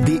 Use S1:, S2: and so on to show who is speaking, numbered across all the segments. S1: The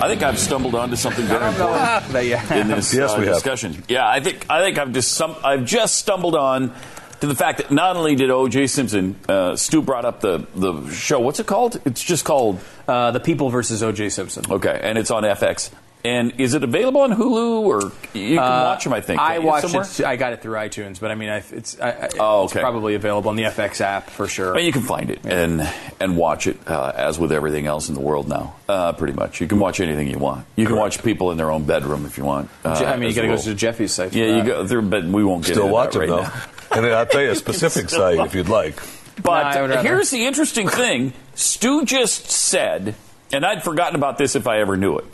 S2: I think I've stumbled onto something very important in this
S3: Yes,
S2: uh,
S3: we have.
S2: discussion. Yeah, I think I think I've just some, I've just stumbled on to the fact that not only did O.J. Simpson, uh, Stu brought up the the show. What's it called? It's just called
S4: Uh, the People versus O.J. Simpson.
S2: okay, and it's on FX. And is it available on Hulu or you can
S4: Uh,
S2: watch them? I think
S4: I
S2: can't you,
S4: watched
S2: somewhere?
S4: it. I got it through iTunes, but I mean, I, it's, I, I,
S2: Oh,
S4: it's
S2: okay.
S4: probably available on the FX app for sure.
S2: But you can find it and and watch it uh, as with everything else in the world now. Uh, pretty much, you can watch anything you want. You can watch people in their own bedroom if you want. Uh,
S4: Je- I mean, you
S2: as
S4: got to
S2: a
S4: go
S2: rule.
S4: to Jeffy's site. for
S2: Yeah, you
S4: that.
S2: go through, but we won't get
S3: Uh, Still
S2: into
S3: watch
S2: that
S3: it
S2: right
S3: though.
S2: now.
S3: and I'll tell you a specific
S2: still
S3: site
S2: watch
S3: if you'd like.
S2: But
S4: No, I would rather-
S2: here's the interesting thing Stu just said, and I'd forgotten about this if I ever knew it,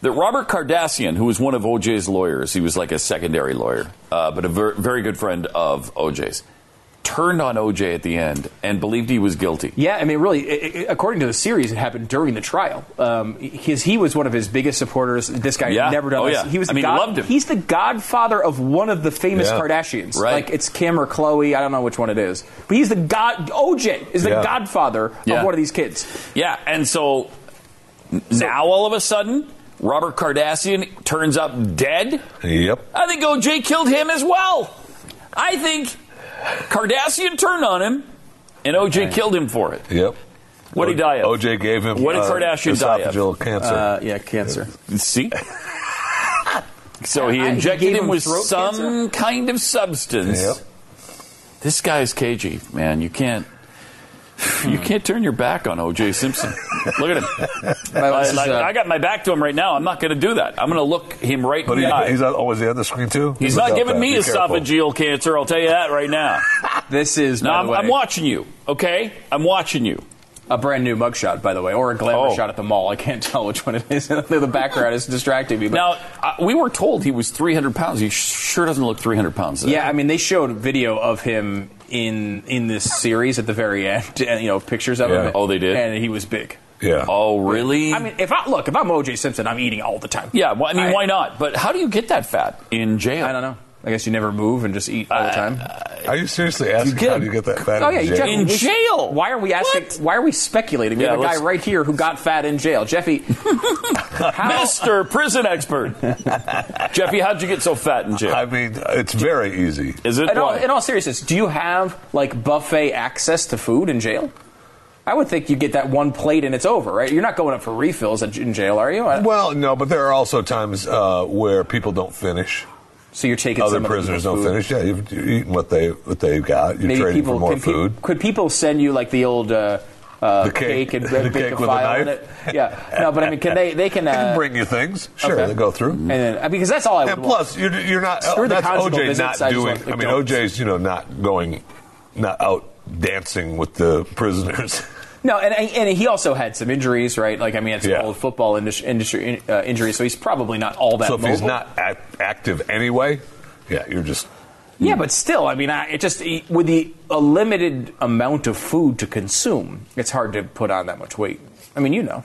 S2: that Robert Cardassian, who was one of OJ's lawyers, he was like a secondary lawyer, uh, but a ver- very good friend of OJ's, turned on OJ at the end and believed he was guilty.
S4: Yeah, I mean, really, i i according to the series, it happened during the trial. Um, his, he was one of his biggest supporters. This guy
S2: Yeah.
S4: had never done
S2: Oh,
S4: this.
S2: yeah.
S4: He was
S2: I
S4: the
S2: mean,
S4: god-
S2: loved him.
S4: He's the godfather of one of the famous
S3: Yeah.
S4: Kardashians.
S2: Right.
S4: Like it's Kim or Chloe. I don't know which one it is, but he's the god. OJ is the
S3: Yeah.
S4: godfather
S2: Yeah.
S4: of one of these kids.
S2: Yeah, and so, n- now all of a sudden, Robert Cardassian turns up dead.
S3: Yep.
S2: I think OJ killed him as well. I think Cardassian turned on him, and OJ killed him for it.
S3: Yep.
S2: What did he die of?
S3: OJ gave him
S2: What did
S3: uh,
S2: Kardashian die of?
S3: esophageal cancer.
S4: Uh, yeah, cancer.
S2: See? so he
S4: I- he
S2: injected
S4: gave
S2: him
S4: him
S2: with
S4: throat
S2: some
S4: cancer?
S2: kind of substance.
S3: Yep.
S2: This guy's cagey, man. You can't. You can't turn your back on O.J. Simpson. Look at him. I,
S4: this is,
S2: like,
S4: uh,
S2: I got my back to him right now. I'm not going to do that. I'm going to look him right
S3: but
S2: in
S3: he,
S2: the eye.
S3: he's not always on the screen too.
S2: He's
S3: Look
S2: not
S3: out
S2: giving
S3: there.
S2: me
S3: Be careful.
S2: esophageal cancer. I'll tell you that right now.
S4: This is
S2: No,
S4: by
S2: I'm,
S4: the way,
S2: I'm watching you. Okay, I'm watching you.
S4: a brand new mugshot, by the way, or a glamour
S2: Oh.
S4: shot at the mall. I can't tell which one it is. the background is distracting me. But
S2: Now uh, we were told he was 300 pounds. He sure doesn't look 300 pounds.
S4: Yeah, I mean, they showed video of him in in this series at the very end, and you know, pictures of
S3: Yeah.
S4: him.
S2: Oh, they did?
S4: and he was big.
S3: Yeah.
S2: Oh, really?
S4: I mean, if I look, if I'm OJ Simpson, I'm eating all the time.
S2: yeah. Well, I mean, why not? But how do you get that fat in jail? Uh,
S4: I don't know. I guess you never move and just eat all the time.
S3: Are you seriously asking
S4: get
S3: how
S4: a-
S3: do you get that fat?
S4: oh yeah,
S3: in
S4: you-
S3: jail?
S4: Jeffy,
S2: In
S4: we-
S2: jail?
S4: Why are we asking?
S2: What?
S4: Why are we speculating? We
S2: Yeah,
S4: have a guy
S2: let's-
S4: right here who got fat in jail. Jeffy, how?
S2: Master prison expert, Jeffy, how'd you get so fat in jail?
S3: I mean, it's very easy.
S2: Is it
S4: In all,
S2: why?
S4: in all seriousness, do you have like buffet access to food in jail? I would think you get that one plate and it's over, right? You're not going up for refills at- in jail, are you? I-
S3: Well, no, but there are also times uh, where people don't finish.
S4: So you're taking
S3: Other
S4: some of the
S3: prisoners
S4: people's
S3: don't
S4: food.
S3: finish. Yeah, you've, you're eating what they what they've got. You're trading for more
S4: can pe-
S3: food.
S4: could people send you like the old uh, uh,
S3: The
S4: cake,
S3: cake-
S4: and
S3: the
S4: bake
S3: cake
S4: a
S3: with a
S4: file in
S3: knife?
S4: it? Yeah. No, but I mean, can they? They can. Uh,
S3: They can bring you things. Sure,
S4: okay.
S3: they go through.
S4: And then uh, because that's all I would.
S3: And plus,
S4: want.
S3: you're, you're not.
S4: Screw the
S3: that's
S4: conjugal
S3: OJ
S4: visits, I
S3: not
S4: just
S3: doing.
S4: want
S3: I mean,
S4: McDonald's.
S3: OJ's you know not going, not out dancing with the prisoners.
S4: no, and and he also had some injuries, right? Like I mean, it's
S3: Yeah.
S4: old football industry, industry uh, injuries, so he's probably not all that.
S3: so if he's
S4: mobile.
S3: not act, active anyway, yeah, you're just.
S4: Yeah, but still, I mean, I, it just e, with the a limited amount of food to consume, it's hard to put on that much weight. I mean, you know.